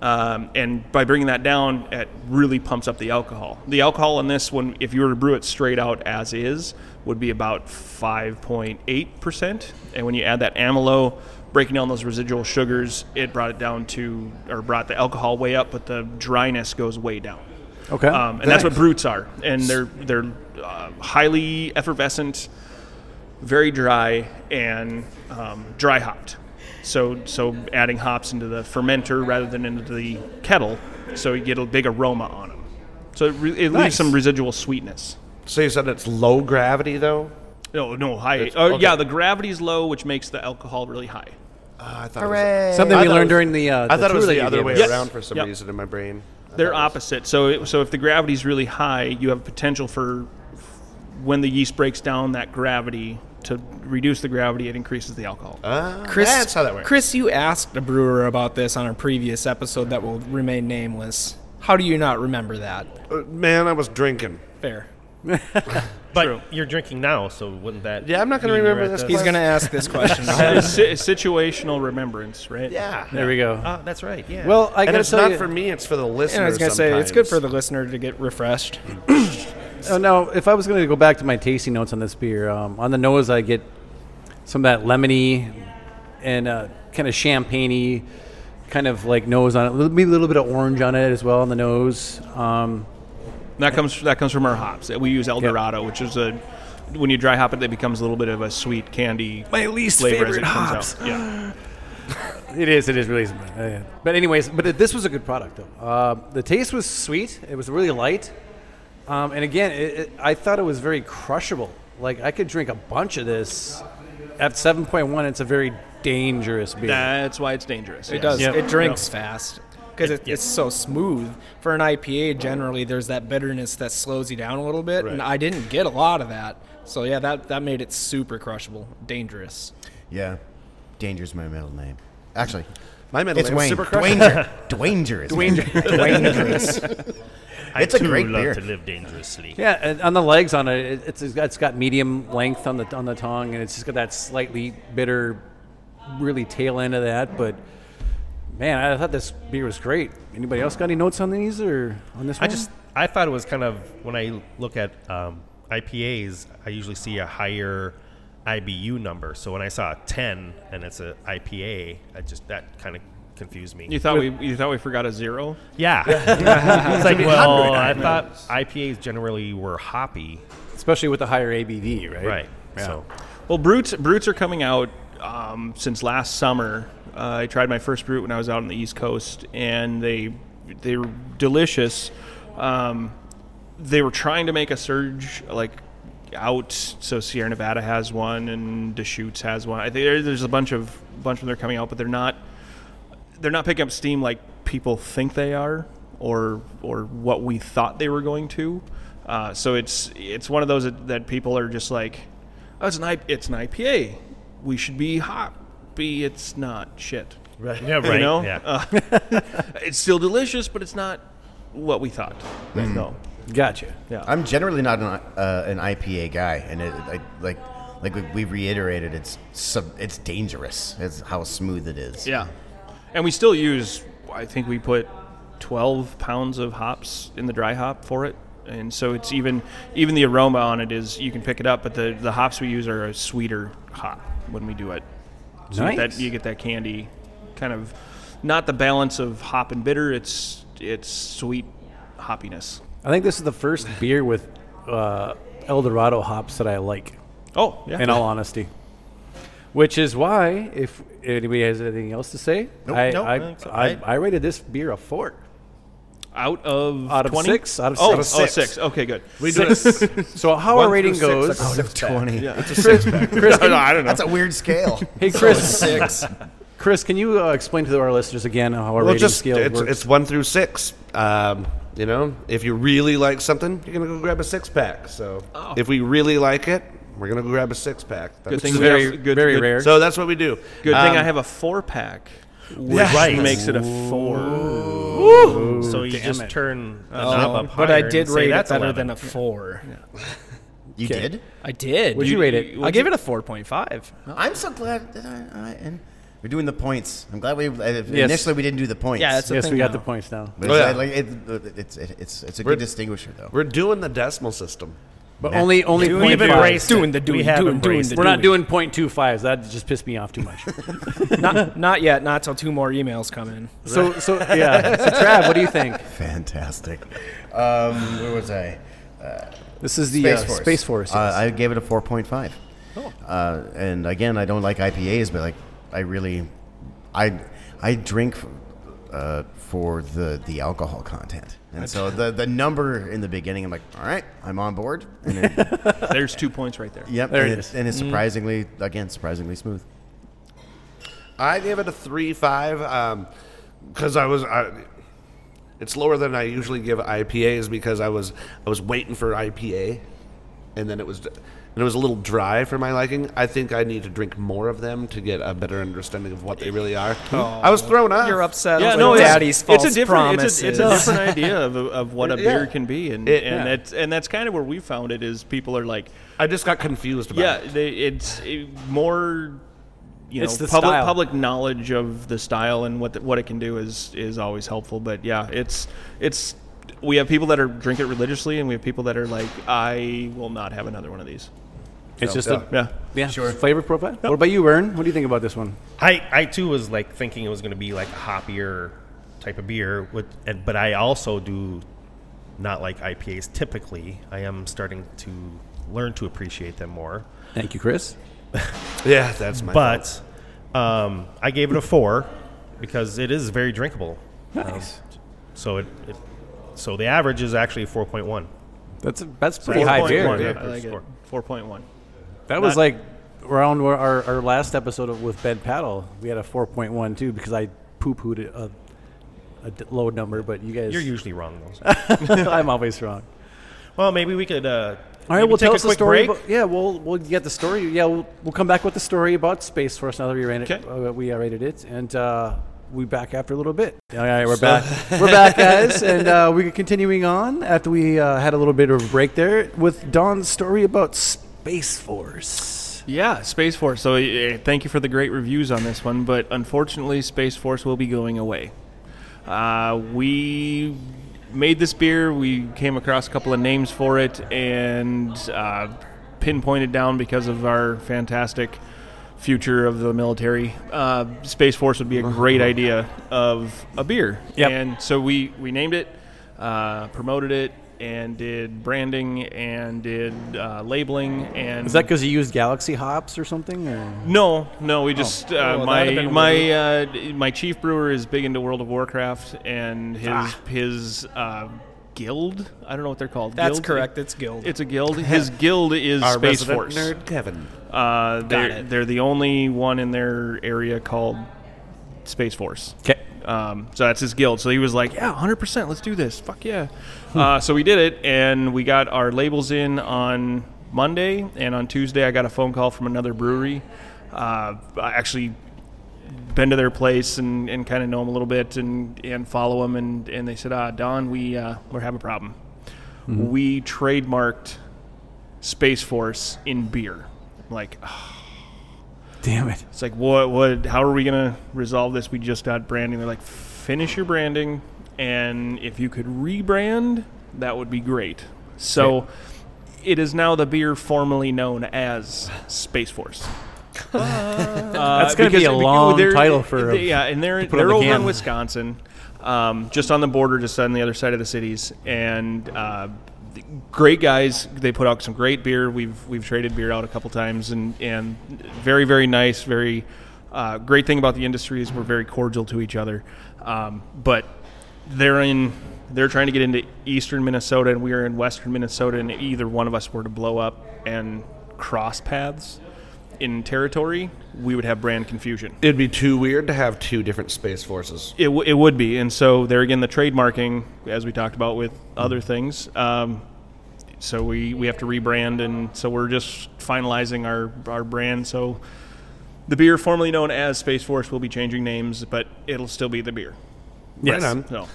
Um, and by bringing that down, it really pumps up the alcohol. The alcohol in this one, if you were to brew it straight out as is, would be about 5.8%. And when you add that amylo, breaking down those residual sugars, it brought it down to, or brought the alcohol way up, but the dryness goes way down.
Okay.
Um, and that's what brutes are, and they're they're uh, highly effervescent, very dry, and um, dry hopped. So so adding hops into the fermenter rather than into the kettle, so you get a big aroma on them. So it, re- it
Nice.
leaves some residual sweetness.
so you said it's low gravity though.
No, no high.
It's-
Uh, Yeah,
okay.
the gravity's low, which makes the alcohol really high.
Uh,
I thought it was-
Hooray!
Something
I
we
thought it
learned
was-
during the. Uh,
I thought it
tour
was
that
the
you
other
gave
way
us.
Yes.
around for some
Yep.
reason in my brain. I
They're
thought it was-
opposite. So it- so if the gravity is really high, you have potential for when the yeast breaks down that gravity to reduce the gravity, it increases the alcohol.
Uh,
Ah,
Chris,
that's how that works.
Chris, you asked a brewer about this on a previous episode that will remain nameless. How do you not remember that?
Uh, man, I was drinking.
Fair.
But you're drinking now, so wouldn't that?
Yeah, I'm not gonna
mean you
remember
were at
this
the-
He's going to ask this question.
It's si- situational remembrance, right?
Yeah.
There we go.
Ah, that's right. Yeah.
well, I
and
gotta
it's
tell
not
you,
for me; it's for the listeners.
And I was going to say, it's good for
sometimes.
the listener to get refreshed.
Oh, no, if I was going to go back to my tasting notes on this beer, um, on the nose I get some of that lemony and uh, kind of champagne kind of like nose on it. Little- Maybe a little bit of orange on it as well on the nose. Um,
That comes that comes from our hops. We use El Dorado, which is a when you dry hop it, it becomes a little bit of a sweet candy.
My least
flavor as
favorite
it comes
hops.
Out. Yeah,
it is. It is really. Uh, but anyways, but it, this was a good product though. Uh, the taste was sweet. It was really light, um, and again, it, it, I thought it was very crushable. Like I could drink a bunch of this. At seven point one, it's a very dangerous beer.
that's why it's dangerous.
It does. It drinks fast because it, it's so smooth. For an IPA, generally, there's that bitterness that slows you down a little bit, and I didn't get a lot of that. So yeah, that that made it super crushable, dangerous.
Yeah. Danger's my middle name. Actually,
my middle
it's
name is
Wayne.
Super Crush.
Dwanger. Dwanger is Dwanger.
I
it's a
too
great
love
beer.
to live dangerously.
Yeah, and on the legs on it, it- it's it's got, it's got medium length on the on the tongue, and it's just got that slightly bitter, really tail end of that. But man, I thought this beer was great. Anybody else got any notes on these or on this
I
one?
just I thought it was kind of when I look at um, IPAs, I usually see a higher IBU number. So when I saw a ten and it's a IPA, I just that kind of confused me.
You thought we you thought we forgot a zero?
Yeah, it's like well, I thought IPAs generally were hoppy,
especially with the higher ABV, right?
right? So
Well, brutes brutes are coming out um, since last summer. Uh, I tried my first brute when I was out on the East Coast, and they they were delicious. Um, they were trying to make a surge like out. So Sierra Nevada has one, and Deschutes has one. I think there- there's a bunch of bunch of them that are coming out, but they're not they're not picking up steam like people think they are, or or what we thought they were going to. Uh, so it's it's one of those that, that people are just like, oh, it's an I, it's an IPA, we should be hoppy. It's not shit.
right, yeah, right,
You know,
yeah.
Uh, it's still delicious, but it's not what we thought. No,
Gotcha.
I'm generally not an, uh, an IPA guy, and it, I, like like we, we reiterated, it's sub, it's dangerous. It's how smooth it is.
yeah, and we still use. I think we put twelve pounds of hops in the dry hop for it, and so it's even even the aroma on it is you can pick it up, but the the hops we use are a sweeter hop when we do it. So you, get
Nice.
that, you get that candy, kind of not the balance of hop and bitter. It's it's sweet hoppiness.
I think this is the first beer with uh, El Dorado hops that I like.
Oh yeah,
in all honesty. Which is why, if anybody has anything else to say, I,
nope,
I,
I think so.
I, I rated this beer a four.
out of
Out of
20?
six, out of
oh,
six. Out of
oh,
six.
six. Okay, good.
We do it.
So how our rating goes,
Twenty.
Chris,
I don't know. Oh, I don't know.
That's a weird scale.
hey Chris,
Six.
Chris, can you uh, explain to our listeners again how our
well,
rating
just
scale
it's,
works?
it's one through six. Um, you know, if you really like something, you're gonna go grab a six pack. So if we really like it, we're gonna go grab a six pack.
Good thing
is
we have-
very- very rare.
So that's what we do.
Good
Um,
thing I have a four pack, which
Right.
makes it a four.
so you just turn a knob
Um,
up
but I
higher
did
and say
rate it
that's
better
11.
than a four.
You did.
I did.
Would you rate it?
I gave it a four point five.
I'm so glad that I, I and we're doing the points. I'm glad we uh,
Yes.
initially we didn't do the points.
Yeah, it's a
yes,
thing
we got
now.
the points now.
But
Oh,
it's,
yeah.
uh, like, it, it's, it, it's, it's a
We're-
good distinguisher, though.
We're doing the decimal system.
But only only point
We've
five.
embraced it.
Doing the doing,
we have
doing, doing
embraced
the
it.
We're not doing point two fives. That just pissed me off too much.
Not not yet. Not till two more emails come in.
so so yeah. So Trav, what do you think?
Fantastic. Um, where was I?
This is the uh, Space Force.
Uh,
yes.
I gave it a 4.5. Uh, and again, I don't like IPAs, but like I really, I I drink uh, for the the alcohol content, and so the the number in the beginning, I'm like, all right, I'm on board. And it,
There's two points right there.
yep,
There
and
it
it's,
is.
and it's surprisingly again surprisingly smooth.
I gave it a three five because I was. I, it's lower than I usually give IPAs because I was I was waiting for IPA, and then it was and it was a little dry for my liking. I think I need to drink more of them to get a better understanding of what they really are. I was thrown off.
You're upset.
yeah,
over
no, it's,
daddy's
it's
false
a different,
promises.
It's a, it's a different idea of, of what a
Yeah.
beer can be, and
It-
and
yeah.
that's and that's kind of where we found it is people are like,
I just got confused about
yeah,
it.
they, it's eh, more, you know,
It's the
public
style.
public knowledge of the style and what the, what it can do is is always helpful. But yeah, it's it's we have people that are drink it religiously, and we have people that are like, I will not have another one of these.
It's just a
Yeah,
yeah, flavor profile. What about you, Vern? What do you think about this one?
I, I too was like thinking it was going to be like a hoppier type of beer, with, and, but I also do not like IPAs typically. I am starting to learn to appreciate them more.
Thank you, Chris.
Yeah, that's my. fault.
But um, I gave it a four because it is very drinkable. Um,
Nice.
So it, it so the average is actually four point one.
That's a, that's pretty high
4.1,
beer.
beer.
I like it.
Score.
Four point one.
That was
Not-
like around where our, our last episode of, with Ben Paddle. We had a 4.1 too because I poo pooed a, a d- low number, but you guys.
You're usually wrong though.
I'm always wrong.
well, maybe we could. Uh,
All right,
maybe
we'll
take
tell
a
us the
quick
story.
break.
abo- yeah, we'll we'll get the story. Yeah, we'll, we'll come back with the story about Space Force now that we rated it.
Okay.
Uh, we uh, rated it, and uh, we back after a little bit. All right, we're back. we're back, guys, and uh, we're continuing on after we uh, had a little bit of a break there with Don's story about Space Force.
Yeah, Space Force. So uh, thank you for the great reviews on this one, but unfortunately, Space Force will be going away. Uh, we made this beer. We came across a couple of names for it and uh, pinpointed down because of our fantastic future of the military. Uh, Space Force would be a great idea of a beer.
Yep.
And so we, we named it, uh, promoted it, and did branding and did uh, labeling and
Is that because you used Galaxy hops or something? Or?
no, no.
Oh.
We just uh,
that'd have
my
been
my uh, d- my chief brewer is big into World of Warcraft and his
Ah.
his uh, guild. I don't know what they're called.
That's
Guild?
correct. It's guild.
It's a guild. His guild is
Our
Space
resident
Force.
nerd Kevin.
Uh, they're
it.
they're the only one in their area called Space Force.
Okay.
Um, so that's his guild. So he was like, "Yeah, hundred percent, let's do this. Fuck yeah!" uh, so we did it, and we got our labels in on Monday, and on Tuesday I got a phone call from another brewery. Uh, I actually been to their place and, and kind of know them a little bit and, and follow them, and, and they said, "Ah, Don, we uh, we have a problem. We trademarked Space Force in beer." I'm like,
Damn it.
it's like, what, what, how are we going to resolve this? We just got branding. They're like, finish your branding. And if you could rebrand, that would be great. So it is now the beer formerly known as Space Force. Uh,
That's going to be a
Because- because
long
they're-
title for.
they- yeah, and they're
put on
they're
the
over
can.
in Wisconsin, um, just on the border, just on the other side of the cities, and uh, th- great guys. They put out some great beer. We've we've traded beer out a couple times, and and very very nice. Very uh, great thing about the industry is we're very cordial to each other, um, but they're in. They're trying to get into eastern Minnesota, and we are in western Minnesota. And if either one of us were to blow up and cross paths in territory, we would have brand confusion.
It'd be too weird to have two different space forces.
It, w- it would be, and so there again, the trademarking, as we talked about with other things. Um, so we, we have to rebrand, and so we're just finalizing our our brand. So the beer formerly known as Space Force will be changing names, but it'll still be the beer.
Yes. Right on.
So.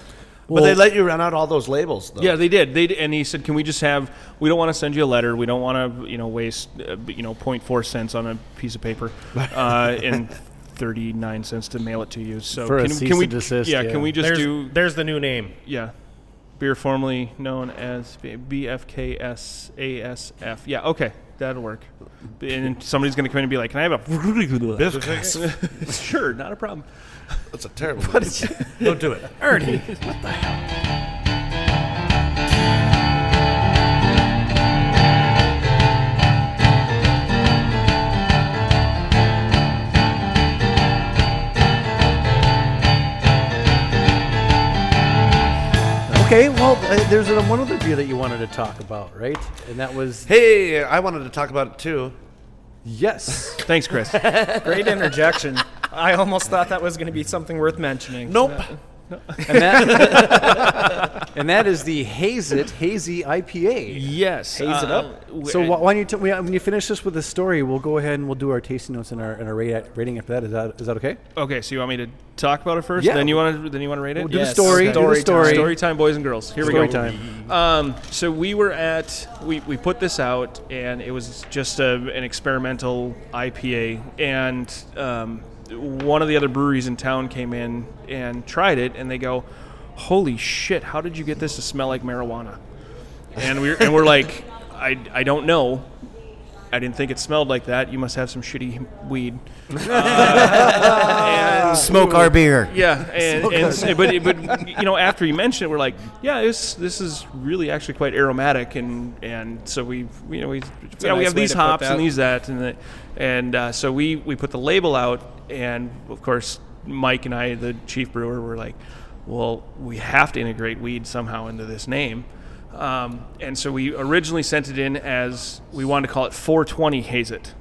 but they let you run out all those labels, though.
Yeah, they did. They d- and he said, "Can we just have? We don't want to send you a letter. We don't want to, you know, waste, uh, b- you know, 0.4 cents on a piece of paper, uh, and 39 cents to mail it to you. So
For a
can,
cease
can we
and desist,
Yeah,
yeah.
can we just
there's,
do?
there's the new name.
Yeah, beer formerly known as B- BFKSASF. Yeah, okay, that'll work. And somebody's gonna come in and be like, "Can I have a?" sure, not a problem.
That's a terrible. But don't do it.
Okay, well, uh, there's uh, one other beer that you wanted to talk about, right? And that was
Hey, I wanted to talk about it too.
yes.
Thanks, Chris.
Great interjection. I almost thought that was going to be something worth mentioning.
Nope.
And that, and that is the Haze It Hazy IPA.
Yes. uh,
Haze it up.
So wh- why don't you t- we- uh, when you finish this with the story, we'll go ahead and we'll do our tasting notes and our and our rate, rating after that. Is that is that okay?
Okay, so you want me to talk about it first?
Yeah.
Then you want to then you want to rate it?
We'll do
Yes.
the story.
Okay.
Do the story.
Story time, boys and girls. Here
Story
we go.
time.
Um, so we were at we, we put this out, and it was just a, an experimental IPA, and um, one of the other breweries in town came in and tried it, and they go, "Holy shit! How did you get this to smell like marijuana?" And we're and we're like, "I I don't know." I didn't think it smelled like that. You must have some shitty weed. Uh, and
Smoke our beer.
yeah, and, and s- but but you know, after you mentioned it, we're like, yeah, this this is really actually quite aromatic, and and so we you know we yeah, we have
nice way
these
to put
hops
that.
and these that and the, and uh, so we we put the label out, and of course Mike and I, the chief brewer, were like, well, we have to integrate weed somehow into this name. Um, and so we originally sent it in as we wanted to call it 420 Haze It.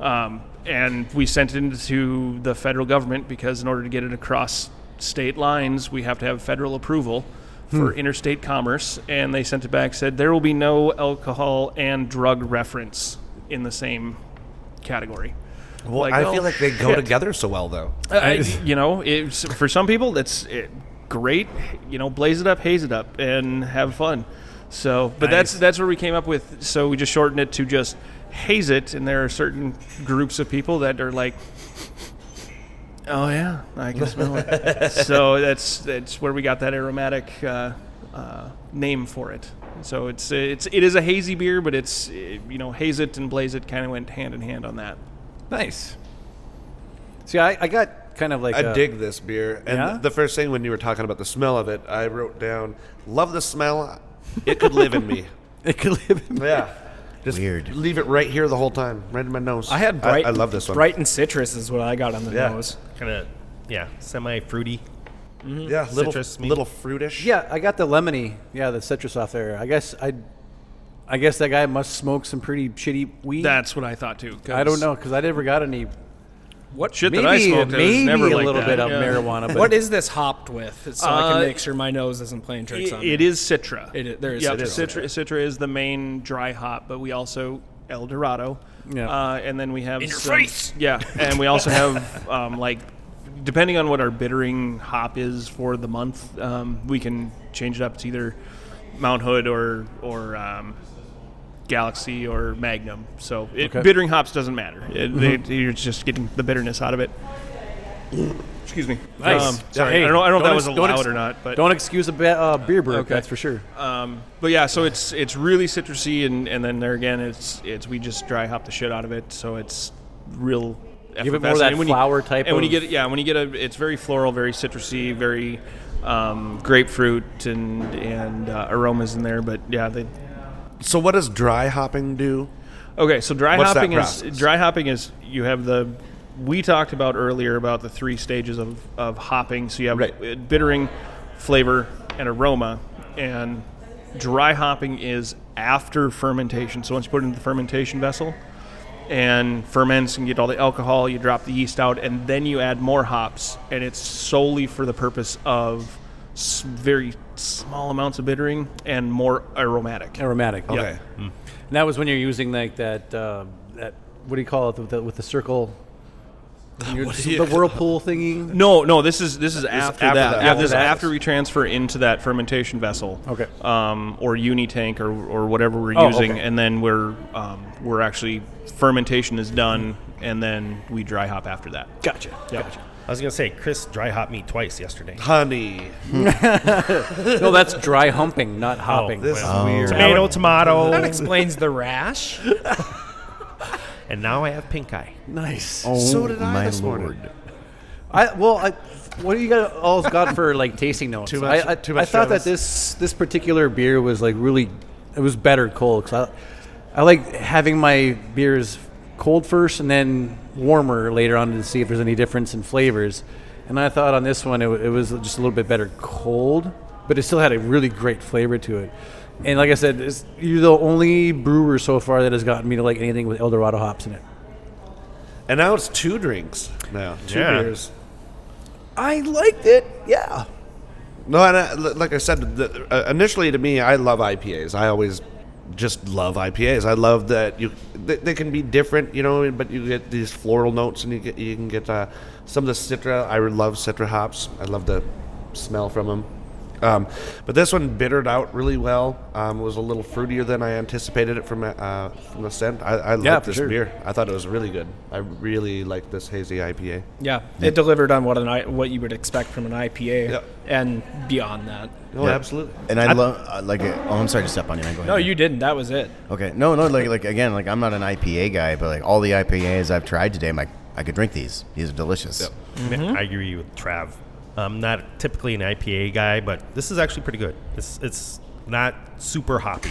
Um, and we sent it into the federal government because in order to get it across state lines, we have to have federal approval for interstate commerce. And they sent it back, said there will be no alcohol and drug reference in the same category.
Well,
Like,
I
oh,
feel like they go
shit.
together so well, though.
Uh, I, you know, it's, for some people, that's it, great. You know, blaze it up, haze it up, and have fun. So, but that's that's where we came up with. So we just shortened it to just haze it, and there are certain groups of people that are like, oh yeah, I can smell it. so that's that's where we got that aromatic uh, uh, name for it. So it's it's it is a hazy beer, but it's eh, you know haze it and blaze it kind of went hand in hand on that.
Nice. See, I, I got kind of like uh,
I
a-
dig this beer. And
Yeah?
the first thing when you were talking about the smell of it, I wrote down, love the smell. It could live in me.
It could live. In,
Yeah. Just
Weird.
Leave it right here the whole time, right in my nose.
I had bright.
I, love this one.
Bright and citrus is what I got on the
Yeah.
nose.
kind of yeah, semi fruity.
Yeah, little,
Citrus, maybe.
little fruitish.
yeah, I got the lemony. Yeah, the citrus off there. I guess I, I guess that guy must smoke some pretty shitty weed.
That's what I thought too. 'cause
I don't know because I never got any.
What shit
Maybe
that I smoked? that was
maybe
never
a
like
little
that.
bit of
Yeah.
marijuana. But
What is this hopped with? So I
Uh,
can make sure my nose isn't playing tricks on
It-
me.
it is Citra.
It is- there is
yeah,
Citra.
Citra. Citra is the main dry hop, but we also El Dorado.
Yeah.
Uh, and then we have in your face. Yeah, and we also have um, like depending on what our bittering hop is for the month, um, we can change it up to either Mount Hood or or um, Galaxy or Magnum. So it,
Okay.
bittering hops doesn't matter. It, they, you're just getting the bitterness out of it. Excuse me.
Nice.
sorry,
Um, Hey,
I don't know, I don't know if
don't
that was
ex-
allowed
don't ex-
or not, but
Don't excuse a ba- uh, beer brew.
Okay.
That's for sure.
um, but yeah, so it's it's really citrusy, and, and then there again, it's it's we just dry hop the shit out of it, so it's real.
Give it more
effervescent.
of that
And when
flower
you,
type
And when
of-
you get yeah, when you get a, it's very floral, very citrusy, very um, grapefruit and and uh, aromas in there. But yeah, they
So what does dry hopping do?
Okay, so dry
What's that
hopping is
process?
dry hopping is you have the we talked about earlier about the three stages of, of hopping. So you have
Right.
uh, bittering, flavor, and aroma. And dry hopping is after fermentation. So once you put it into the fermentation vessel and ferments and get all the alcohol, you drop the yeast out, and then you add more hops. And it's solely for the purpose of s- very small amounts of bittering and more aromatic.
Aromatic. Okay.
Okay.
And that was when you're using like that uh, that what do you call it with the, with the circle? You're- the whirlpool thingy.
No, no. This is this is after,
after
that.
that.
Yeah,
After
this is
that.
after we transfer into that fermentation vessel.
Okay.
Um, or unitank or or whatever we're
Oh,
using,
okay.
and then we're um, we're actually fermentation is done, and then we dry hop after that.
Gotcha. Gotcha.
I was gonna say Chris dry hopped me twice yesterday.
Honey.
No, that's dry humping, not hopping.
This
well.
Oh,
is weird.
Tomato,
That
tomato,
explains the rash.
and now I have pink eye.
nice.
Oh,
So did I
my
this morning.
lord.
I well, I, what do you got all got for like tasting notes?
Too much-
I, I,
too much
I thought
Travis.
that this this particular beer was like really, it was better cold because I, I like having my beers cold first and then warmer later on to see if there's any difference in flavors. And I thought on this one it, wa- it was just a little bit better cold, but it still had a really great flavor to it. And like I said, this, you're the only brewer so far that has gotten me to like anything with Eldorado hops in it.
And now it's two drinks. Now two
Yeah.
beers.
I liked it. Yeah.
No, and I, li- like I said, the, uh, initially to me, I love IPAs. I always just love IPAs. I love that you they, they can be different, you know, but you get these floral notes, and you get you can get uh, some of the citra. I love citra hops. I love the smell from them. Um, but this one bittered out really well. Um, it was a little fruitier than I anticipated it from uh, from the scent. I, I
Yeah,
loved
for
this
sure.
beer. I thought it was really good. I really like this hazy IPA.
Yeah, it delivered on what an I, what you would expect from an IPA
Yeah.
and beyond that.
Oh, absolutely.
And I love uh, like uh, oh I'm sorry to step on you. man. Go ahead.
No, you didn't. That was it.
Okay. No, no, like like again, like I'm not an IPA guy, but like all the IPAs I've tried today, I'm like I could drink these. These are delicious.
I agree with Trav. Mm-hmm. I'm not typically an IPA guy, but this is actually pretty good. It's it's not super hoppy.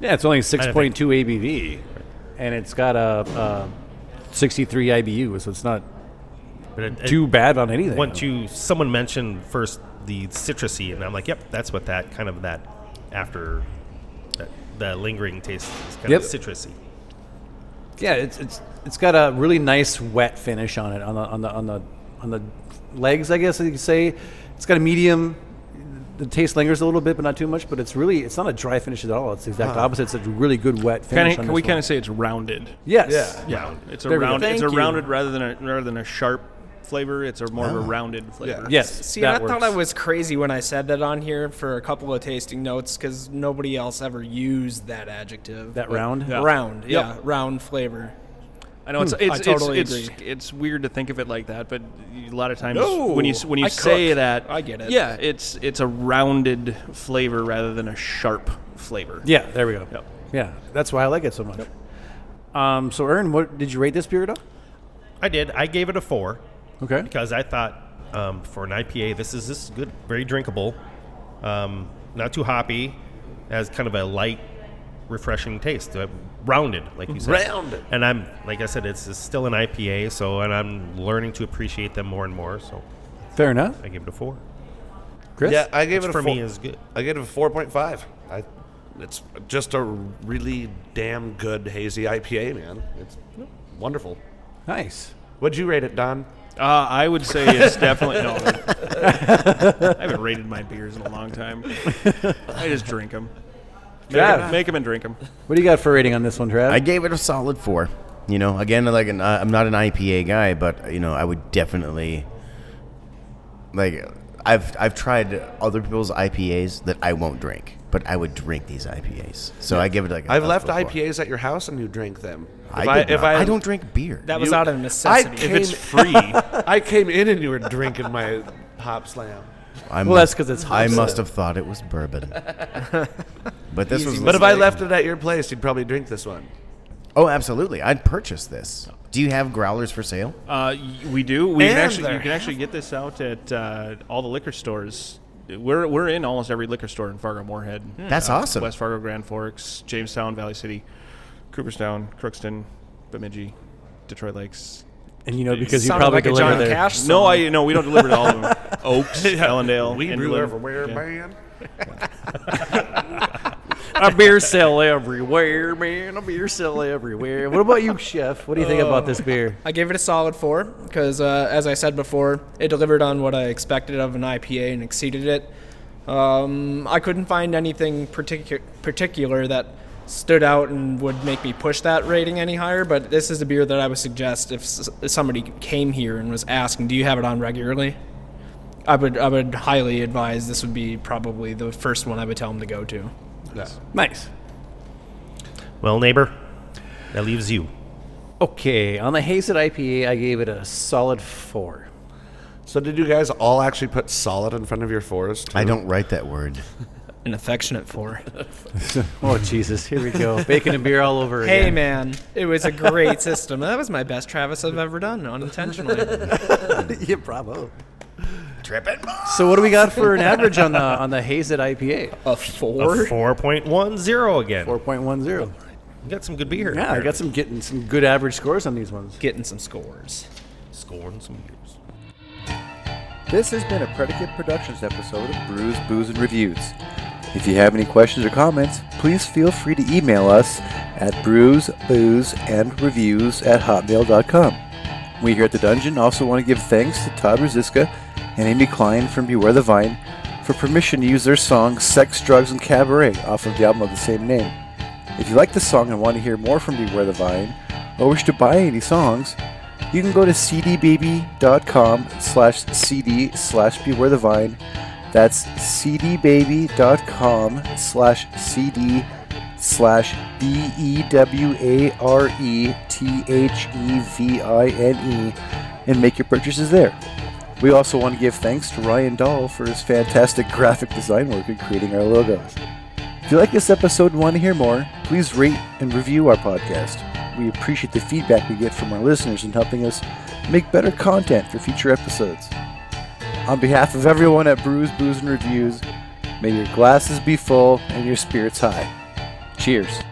Yeah, it's only
think-
6.2 ABV, and it's got a, a 63 IBU, so it's not
But it, it-
too bad on anything.
Once you someone mentioned first the citrusy, and I'm like, yep, that's what that kind of that after that the lingering taste is kind
Yep.
of citrusy.
yeah, it's it's it's got a really nice wet finish on it on the on the on the on the legs, I guess you could say. It's got a medium. The taste lingers a little bit, but not too much. But it's really it's not a dry finish at all. It's the exact opposite. It's a really good wet
Kinda,
finish. on
can
this
we
one.
kind of say it's rounded?
Yes.
Yeah, it's a
There we go.
round. It's a
Thank you.
rounded rather than a rather than a sharp flavor. It's a more of
Ah.
a rounded flavor.
Yes.
See,
that
I thought I
works.
was crazy when I said that on here for a couple of tasting notes because nobody else ever used that adjective.
That
But-
round? Yeah.
round,
Yep.
yeah, round flavor.
I know it's it's, it's,
Hmm, totally
it's, it's,
agree.
weird to think of it like that, but a lot of times
No,
when you s- when you
I
say
cook.
that,
I get it.
Yeah, it's it's a rounded flavor rather than a sharp flavor.
Yeah. There we go.
Yep.
Yeah. That's why I like it so much. Um. So, Aaron, what did you rate this beer at all?
I did. I gave it a four
Okay.
because I thought um, for an IPA, this is this is good, very drinkable, um, not too hoppy, has kind of a light, refreshing taste, uh, rounded, like you said.
Rounded.
And I'm like I said, it's, it's still an IPA, so and I'm learning to appreciate them more and more. So
Fair enough.
I gave it a four.
Chris.
Yeah, I gave
Which
it a
for
four.
me is good.
I gave it a four point five. I, it's just a really damn good hazy IPA, man. It's wonderful.
Nice.
What'd you rate it, Don?
Uh, I would say it's definitely no. I haven't rated my beers in a long time. I just drink them. Make,
Yeah.
them, make 'em and drink them.
What do you got for rating on this one, Trav?
I gave it a solid four. You know, again, like an, uh, I'm not an IPA guy, but you know, I would definitely like I've I've tried other people's IPAs that I won't drink, but I would drink these IPAs. So I give it like a-
I've
a
left
four.
IPAs at your house and you drank them.
I,
If I,
did
if
not.
I,
I don't drink beer.
That was
You-
out of necessity.
If it's free,
I came in and you were drinking my hop slam.
I
Well, that's
must-
'cause it's
I
hops,
must
then.
have thought it was bourbon. but this was.
But if I left it at your place, you'd probably drink this one.
oh, absolutely, I'd purchase this. Do you have growlers for sale?
uh, y- we do. We can
And
actually
they're
you can actually get this out at uh, all the liquor stores. We're we're in almost every liquor store in Fargo Moorhead.
That's
Uh,
awesome.
West Fargo, Grand Forks, Jamestown, Valley City, Cooperstown, Crookston, Bemidji, Detroit Lakes.
and you know because you
Sounded
probably
like a
deliver
John
there.
Cash song.
No, I no, we don't deliver to all of them. Oaks,
Oh,
Ellendale,
We brew
Inland.
everywhere,
Yeah.
man.
a beer sell everywhere, man. A beer sell everywhere. What about you, Chef? What do you think about this beer?
I gave it a solid four because, uh, as I said before, it delivered on what I expected of an IPA and exceeded it. Um, I couldn't find anything particu- particular that stood out and would make me push that rating any higher. But this is a beer that I would suggest if, s- if somebody came here and was asking, "Do you have it on regularly?" I would I would highly advise this would be probably the first one I would tell them to go to.
Nice.
Well, neighbor, that leaves you.
Okay, on the Hazed IPA, I gave it a solid four.
So did you guys all actually put solid in front of your fours?
I don't write that word.
An affectionate four.
Oh Jesus, here we go. Bacon and beer all over
Hey
again.
man, it was a great system. That was my best Travis I've ever done unintentionally.
yeah, bravo.
Tripping
So what do we got for an average on the on the Hazed IPA?
A
A
four?
four point one zero again.
Four point one zero.
You got some good beer.
Yeah, I got some getting some good average scores on these ones.
Getting some scores.
scoring some beers.
This has been a Predicate Productions episode of Brews, Booze, and Reviews. If you have any questions or comments, please feel free to email us at brews, booze, and reviews at hotmail.com. We here at The Dungeon also want to give thanks to Todd Rosiska and Amy Klein from Beware the Vine for permission to use their song Sex, Drugs, and Cabaret off of the album of the same name. If you like this song and want to hear more from Beware the Vine, or wish to buy any songs, you can go to cdbaby.com slash cd slash beware the vine. That's cdbaby.com slash cd slash b e w a r e t h e v i n e and make your purchases there. We also want to give thanks to Ryan Dahl for his fantastic graphic design work in creating our logos. If you like this episode and want to hear more, please rate and review our podcast. We appreciate the feedback we get from our listeners in helping us make better content for future episodes. On behalf of everyone at Brews, Booze, and Reviews, may your glasses be full and your spirits high. Cheers.